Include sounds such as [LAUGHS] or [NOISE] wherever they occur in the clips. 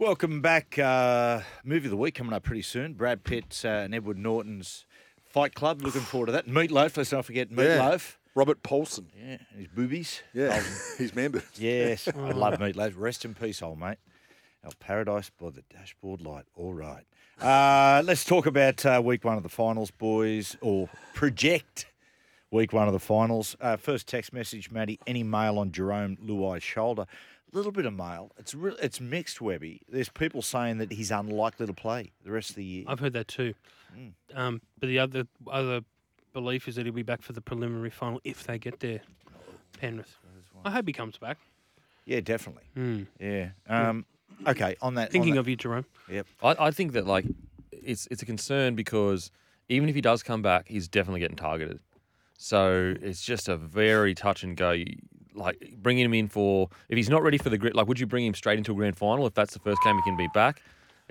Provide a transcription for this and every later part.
Welcome back. Uh, movie of the week coming up pretty soon. Brad Pitt uh, and Edward Norton's Fight Club. Looking forward to that. Meatloaf. Let's not forget Meatloaf. Robert Paulson. Yeah, and his boobies. Yeah, he's membered. [LAUGHS] Yes, I love Meatloaf. Rest in peace, old mate. Our paradise by the dashboard light. All right. Uh, let's talk about uh, week one of the finals, boys, or project week one of the finals. Uh, first text message, Matty. Any mail on Jerome Luai's shoulder? A little bit of mail. It's real. It's mixed, Webby. There's people saying that he's unlikely to play the rest of the year. I've heard that too. Mm. Um, but the other other belief is that he'll be back for the preliminary final if they get there. Penrith. I hope he comes back. Yeah, definitely. Yeah. Um, okay. On that. on Hmm. Thinking that- of you, Jerome. I, I think that like it's it's a concern because even if he does come back, he's definitely getting targeted. So it's just a very touch and go. You- Like bringing him in for if he's not ready for the grid, like would you bring him straight into a grand final if that's the first game he can be back?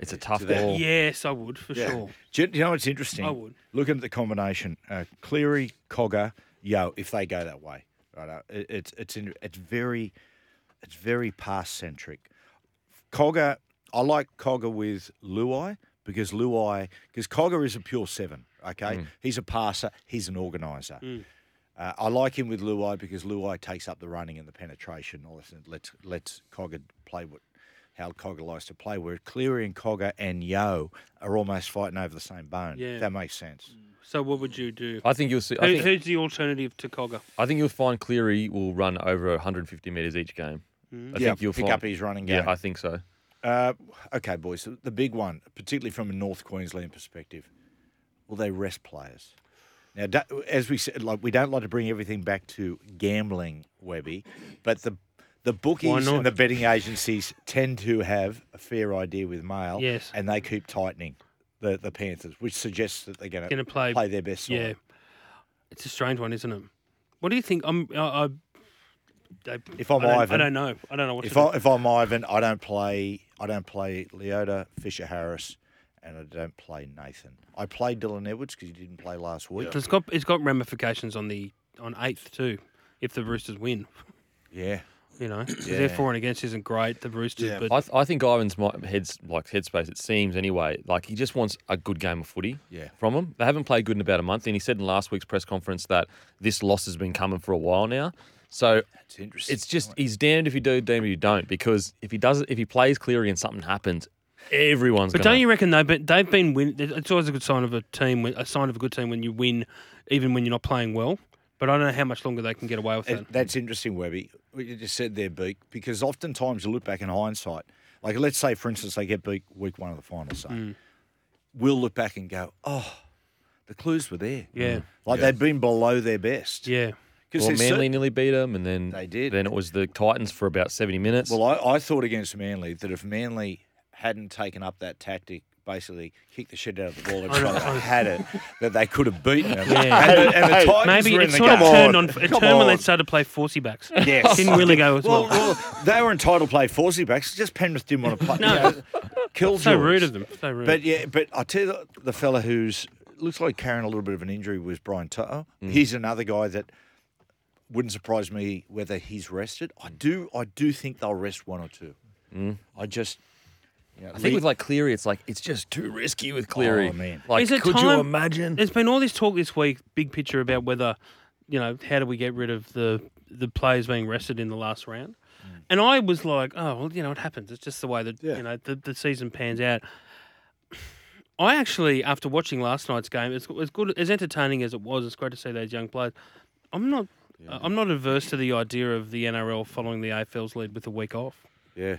It's a tough ball. Yes, I would for sure. Do you, do you know what's interesting? I would. Looking at the combination, uh, Cleary, Cogger, Yo, if they go that way, right? uh, It, it's it's in, it's very it's very pass centric. Cogger, I like Cogger with Luai because Luai because Cogger is a pure seven. Okay, Mm. he's a passer, he's an organizer. Uh, I like him with Luai because Luai takes up the running and the penetration. All this, and let's let's Cogger play what how Cogger likes to play. Where Cleary and Cogger and Yo are almost fighting over the same bone. Yeah. If that makes sense. So what would you do? I think you'll see. I Who, think, who's the alternative to Cogger? I think you'll find Cleary will run over 150 meters each game. I Mm. Yeah, think you'll pick find, up his running Yeah, game. I think so. Uh, okay, boys, the- the big one, particularly from a North Queensland perspective, will they rest players? Now, do- as we said, like we don't like to bring everything back to gambling, Webby, but the the bookies not? and the betting agencies tend to have a fair idea with mail, Yes. and they keep tightening the, the Panthers, which suggests that they're going Gonna to play- play their best. Yeah, Side. it's a strange one, isn't it? What do you think? I'm. I, I, I- If I'm I don't, Ivan- I don't know. I don't know what. If to I, do. if I'm Ivan, I don't play. I don't play Leota Fisher Harris, and I don't play Nathan. I play Dylan Edwards because he didn't play last week. It's got it's got ramifications on the on eighth too. If the Roosters win, [LAUGHS] Yeah. you know, 'Cause their for and against isn't great. The Roosters, Yeah. but I, th- I think Ivan's mi- heads like headspace. It seems anyway. Like he just wants a good game of footy. Yeah. From him, they haven't played good in about a month, and he said in last week's press conference that this loss has been coming for a while now. So It's interesting. it's just he's damned if you do, damned if you don't. Because if he does, if he plays Cleary and something happens, everyone's. But gonna, don't you reckon though? But they've been win. It's always a good sign of a team, when- a sign of a good team when you win, even when you're not playing well. But I don't know how much longer they can get away with And that. that's interesting, Webby. What you just said there, Beak, because oftentimes you look back in hindsight. Like, let's say, for instance, they get beat week one of the finals. Say, Mm. we'll look back and go, "Oh, the clues were there." Mm. Yeah. like they'd been below their best. Yeah, because Well, Manly nearly beat him, and then They did. Then it was the Titans for about seventy minutes. Well, I, I thought against Manly that if Manly hadn't taken up that tactic, basically kick the shit out of the ball every know, time [LAUGHS] I they know. had it, that they could have beaten them. Yeah. And, the, and the Titans maybe were in the it's sort of game. turned on a Come turn when they on. started to play forcy backs. Yes. didn't really go as Well, well. well, they were entitled to play Forsey backs. Just Penrith didn't want to [LAUGHS] play. no, kills so rude of them. So rude. But yeah, but I tell you, the, the fella who's looks like carrying a little bit of an injury was Brian Toto. Mm. He's another guy that wouldn't surprise me whether he's rested. I do, I do think they'll rest one or two. Mm. I just, you know, I Lee- think with like Cleary, it's like it's just too risky with Cleary. Oh, man. Like, Is it could time- you imagine? There's been all this talk this week, big picture about whether, you know, how do we get rid of the the players being rested in the last round? And I was like, oh well, you know, it happens. It's just the way that you know the, the season pans out. [SIGHS] I actually, after watching last night's game, as, as good as entertaining as it was, it's great to see those young players. I'm not, I'm not averse to the idea of the NRL following the AFL's lead with a week off. yeah,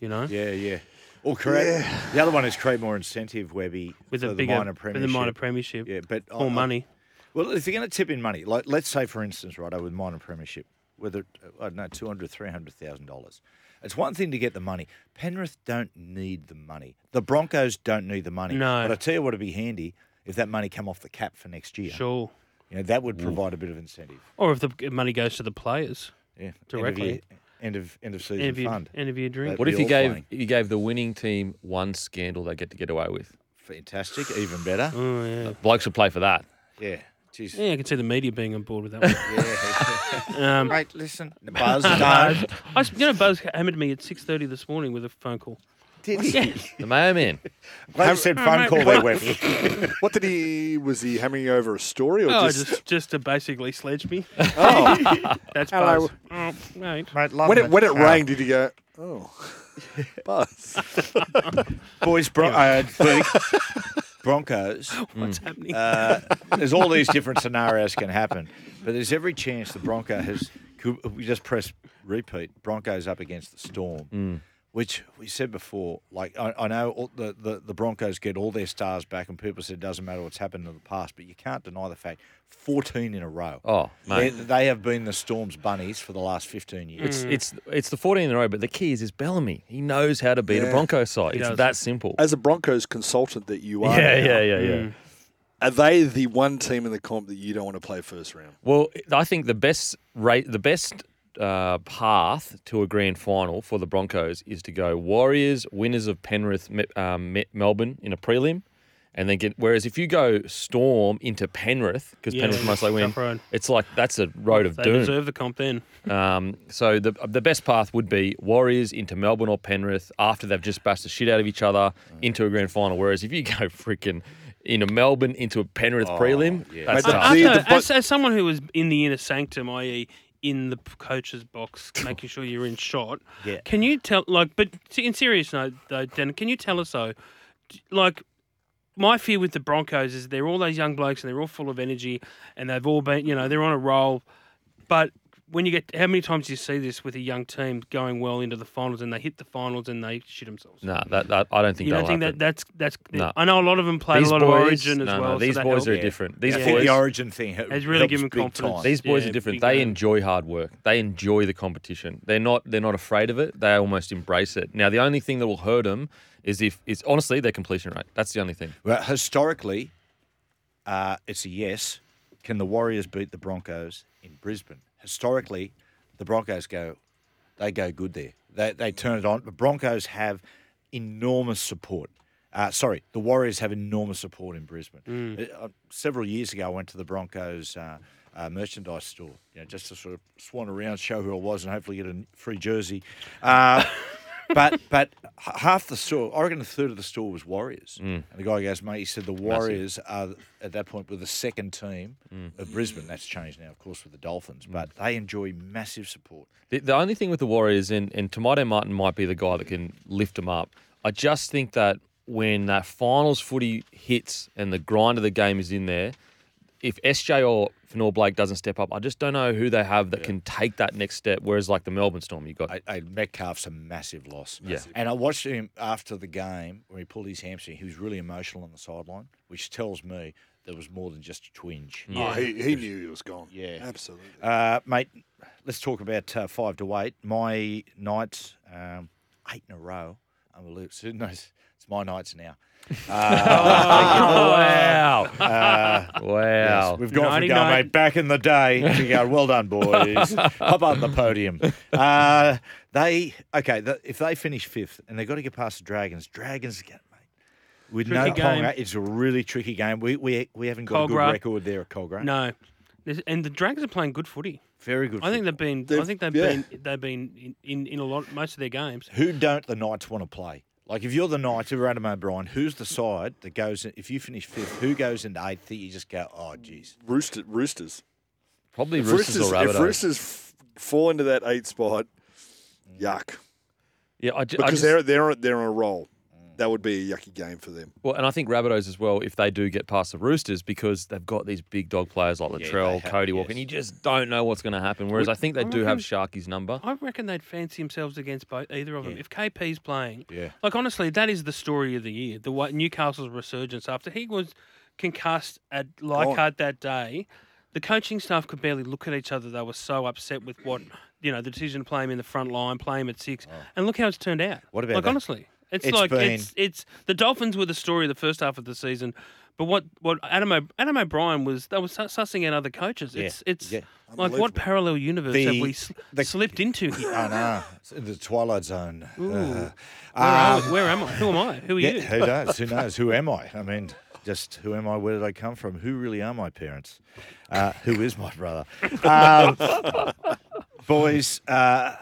You know, yeah, yeah. Or create the other one is create more incentive, Webby, with for a the bigger, minor with the minor premiership, Yeah, but I- more I- money. Well, if you're going to tip in money, like let's say for instance, right, with minor premiership, whether I don't know, two hundred, three hundred thousand dollars, It's one thing to get the money. Penrith don't need the money. The Broncos don't need the money. No. But I tell you what would be handy if that money come off the cap for next year. Sure. You know, that would provide a bit of incentive. Or if the money goes to the players. Yeah. End of Directly. year- End of, end of season End of your, fund. end of your drink. That- What if be you all gave playing. you gave the winning team one scandal they get to get away with? Fantastic. Even better. Oh, yeah. Blokes would play for that. Yeah. Jeez. [LAUGHS] Yeah, I can see the media being on board with that one. [LAUGHS] um, Mate, listen. Buzz, [LAUGHS] Buzz, no. I, s- you know, Buzz hammered me at 6.30 this morning with a phone call. Did he? [LAUGHS] The Mayo Man. Glad you said phone call there, Wef. What did he? Was he hammering over a story or Oh, just? just, just to basically sledge me. Oh, That's Hello. Buzz. Oh, mate. Mate, love [LAUGHS] when it when it Uh, rang, did he go? Oh, Buzz. Boys, bro- uh, [LAUGHS] Luke, Broncos. What's happening? Uh, there's all these different scenarios can happen, but there's every chance the Bronco has. could- We just press repeat. Broncos up against the Storm, Mm. which we said before. Like I, I know all the, the the Broncos get all their stars back, and people said it doesn't matter what's happened in the past, but you can't deny the fact 14 in a row. Oh, They, mate. they have been the Storm's bunnies for the last 15 years. It's, it's it's the 14 in a row, but the key is is Bellamy. He knows how to beat a Yeah. Broncos side. He It's does. that simple. As a Broncos consultant that you are, yeah, now, yeah, yeah, yeah. Mm. Are they the one team in the comp that you don't want to play first round? Well, I think the best rate, the best uh, path to a grand final for the Broncos is to go Warriors, winners of Penrith, Me- um, Me- Melbourne in a prelim, and then get. Whereas if you go Storm into Penrith, because Yeah, Penrith must they win, tough road. it's like that's a road of They doom. deserve the comp then. Um, so the the best path would be Warriors into Melbourne or Penrith after they've just bashed the shit out of each other into a grand final. Whereas if you go [LAUGHS] freaking into Melbourne into a Penrith Oh, prelim, that's Mate, the- tough. the- After- bu- as, as someone who was in the inner sanctum, i.e., in the p- coach's box, making sure you're in shot. Yeah. Can you tell, like, but t- in serious note, though, Dan, can you tell us though, d- like, my fear with the Broncos is they're all those young blokes and they're all full of energy and they've all been, you know, they're on a roll. But when you get, how many times do you see this with a young team going well into the finals and they hit the finals and they shit themselves? Nah, that, that I don't think You don't that'll think that happen. that's that's? No. I know a lot of them played a lot of Origin as no, no, well. so these that boys helped. are different. These I Yeah. think boys, the origin thing ha- Has Mm. really helps given big confidence. time. these boys yeah, are different. big They man. enjoy hard work. They enjoy the competition. They're not. They're not afraid of it. They almost embrace it. Now, the only thing that will hurt them is if it's honestly their completion rate. That's the only thing. Well, historically, uh, it's a yes. Can the Warriors beat the Broncos in Brisbane? Historically, the Broncos go, they go good there. They they turn it on. The Broncos have enormous support. Uh, sorry, the Warriors have enormous support in Brisbane. Uh, uh, several years ago, I went to the Broncos uh, uh, merchandise store, you know, just to sort of swan around, show who I was, and hopefully get a free jersey. Uh, but but h- half the store, I reckon a third of the store was Warriors. And the guy goes, mate, he said the Warriors are at that point were the second team of Brisbane. That's changed now, of course, with the Dolphins. But they enjoy massive support. The, the only thing with the Warriors, and, and Tomato Martin might be the guy that can lift them up. I just think that when that finals footy hits and the grind of the game is in there, if SJ or Fanor Blake doesn't step up, I just don't know who they have that can take that next step. Whereas, like the Melbourne Storm, you've got I, I, Metcalf's a massive loss. Yeah. Massive. And I watched him after the game where he pulled his hamstring. He was really emotional on the sideline, which tells me there was more than just a twinge. Oh, he, he knew he was gone. Yeah. absolutely. Uh, mate, let's talk about uh, five to eight. My nights, um, eight in a row. I'm a little, [LAUGHS] soon knows it's my nights now. wow. wow. Yes, we've gone from going, 99. mate, back in the [LAUGHS] day to going, well done, boys. Hop on the podium. Uh, they, okay, the, if they finish fifth and they've got to get past the Dragons, Dragons again, mate. With no Tricky game. Ponga, it's a really tricky game. We, we, we haven't got a Cogra. good record there at Cogra. No, There's, and the Dragons are playing good footy. Very good. I think they've been. I They've- think they've yeah. been. They've been in, in, in a lot most of their games. Who don't the Knights want to play? Like, if you're the Knights, if you're Adam O'Brien, who's the side that goes, in- if you finish fifth, who goes into eighth that you just go, oh, geez. Rooster, roosters. Probably If Roosters, or if Rabbitohs. roosters f- fall into that eight spot, yuck. yeah, I, ju- I Because just, they're they're they're on a roll. That would be a yucky game for them. well, and I think Rabbitohs as well if they do get past the Roosters because they've got these big dog players like Latrell, have, Cody Walker, and you just don't know what's going to happen. Whereas I think they do have Sharky's number. I reckon they'd fancy themselves against both, either of them. Yeah. If KP's playing, Yeah. like honestly, that is the story of the year. The way Newcastle's resurgence after he was concussed at Leichhardt that day, the coaching staff could barely look at each other. They were so upset with what you know, the decision to play him in the front line, play him at six, and look how it's turned out. Oh. What about like that? honestly, it's, It's like been- it's it's the Dolphins were the story of the first half of the season, but what what Adam O, Adam O'Brien was they were su- sussing out other coaches. It's it's yeah. like what Unbelievable. parallel universe The- have we sl- the- slipped into here? I know. It's in the twilight zone. Ooh. Uh, Where, [LAUGHS] are um, we? Where am I? Who am I? Who are yeah, you? who knows? Who knows? Who am I? I mean, just who am I? Where did I come from? Who really are my parents? Uh, who is my brother? Um, [LAUGHS] boys, uh,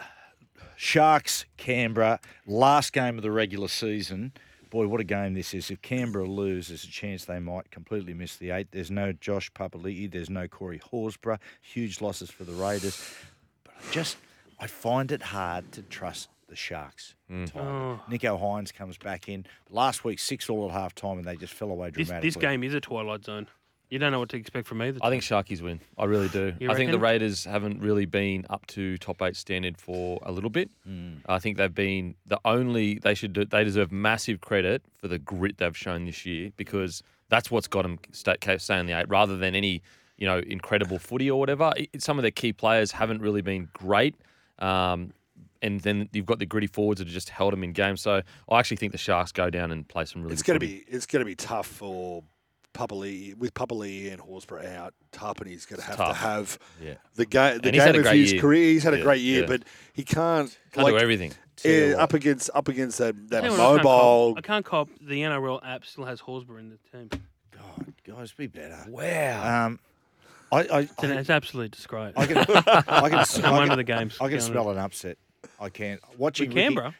Sharks, Canberra, last game of the regular season. Boy, what a game this is. If Canberra lose, there's a chance they might completely miss the eight. There's no Josh Papali'i. There's no Corey Horsburgh. Huge losses for the Raiders. But I just, I find it hard to trust the Sharks. Mm. Tyler. Oh. Nico Hines comes back in. Last week, six all at half time, and they just fell away This, dramatically. this game is a twilight zone. You don't know what to expect from either. I think Sharkies win. I really do. You I think the reckon? Raiders haven't really been up to top eight standard for a little bit. Hmm. I think they've been the only they should do, they deserve massive credit for the grit they've shown this year because that's what's got them stay, stay in the eight rather than any you know incredible footy or whatever. It- some of their key players haven't really been great. Um, and then you've got the gritty forwards that have just held them in game. So I actually think the Sharks go down and play some really. It's good going to footy. be it's going to be tough for Papali with Papali and Horsburgh out. Tarpany's going to have to tough. have Yeah. the game the And he's had game a of great his year. career. He's had a Yeah, great year, yeah. but he can't, Can't do like, everything. Tell you yeah, what. up against up against that, that You know what, mobile. I can't, cop, I can't cop. The NRL app still has Horsburgh in the team. God, Oh, guys, be better. Wow. Um, I, I, It's, an, I, it's absolute disgrace. I can, I can, I [LAUGHS] can, And one of the games. I can going on. smell an upset. I can't. Watching With Ricky- Canberra.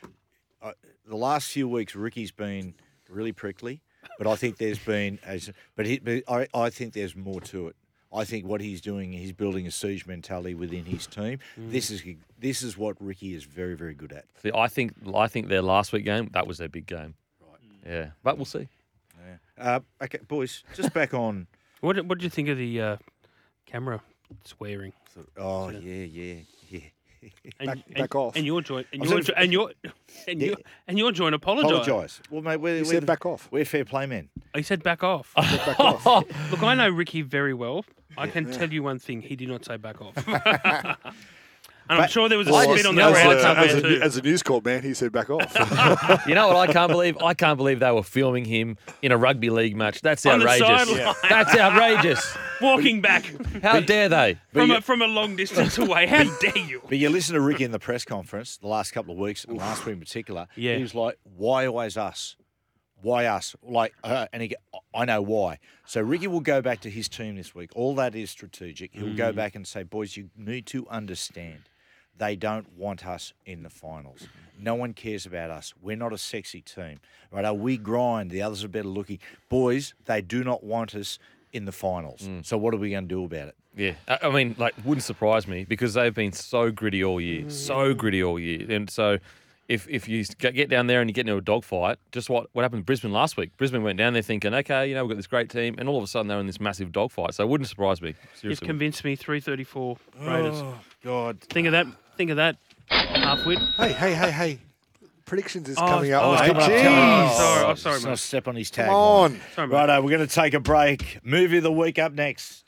the last few weeks, Ricky's been really prickly, but I think there's been, as, but, he, but I, I think there's more to it. I think what he's doing, he's building a siege mentality within his team. Mm. This is this is what Ricky is very, very good at. See, I think I think their last week game that was their big game. Right. Yeah, but we'll see. Uh, okay, boys, just back [LAUGHS] on. What did- What did you think of the uh, camera swearing? Oh yeah, yeah, yeah. And, Back- and, back off. And your joint. And I've your, said- jo- and your. And Yeah. your. And your joint. Apologise. Apologise. Well, mate, we're, He we're said the- back off. We're fair play men. He said back [LAUGHS] off. Back off. [LAUGHS] Look, I know Ricky very well. I can tell you one thing. He did not say back [LAUGHS] off. [LAUGHS] and I'm But- sure there was a Well, spit it's- on the no, as, ground it's- a, somewhere as, too. a, as a news corp man, he said back off. You know what I can't believe? I can't believe they were filming him in a rugby league match. That's On the outrageous. sideline. That's outrageous. Walking [LAUGHS] back How dare they? from a, from a long distance away. How dare you? But you listen to Ricky in the press conference the last couple of weeks, and last week in particular. Yeah. He was like, "Why always us? Why us? Like, uh, and he, go- I know why. So Ricky will go back to his team this week. All that is strategic. He'll go back and say, "Boys, you need to understand, they don't want us in the finals. No one cares about us. We're not a sexy team, right? Now, We grind. The others are better looking. Boys, they do not want us." In the finals, so what are we going to do about it? Yeah, I I mean, like, wouldn't surprise me because they've been so gritty all year, so gritty all year, and so if if you get get down there and you get into a dogfight, just what what happened to Brisbane last week? Brisbane went down there thinking, okay, you know, we've got this great team, and all of a sudden they're in this massive dogfight. So it wouldn't surprise me. You've Seriously, convinced me. Three thirty-four Raiders. Oh. God, Think of that. Think of that. Halfwit. [LAUGHS] hey, hey, hey, hey! Predictions is Oh, coming up. oh, mate. it's coming up. Jeez. Oh, sorry. I'm Let's sorry, not mate. step on his tag. Come on. Sorry, mate. Righto, we're going to take a break. Movie of the week up next.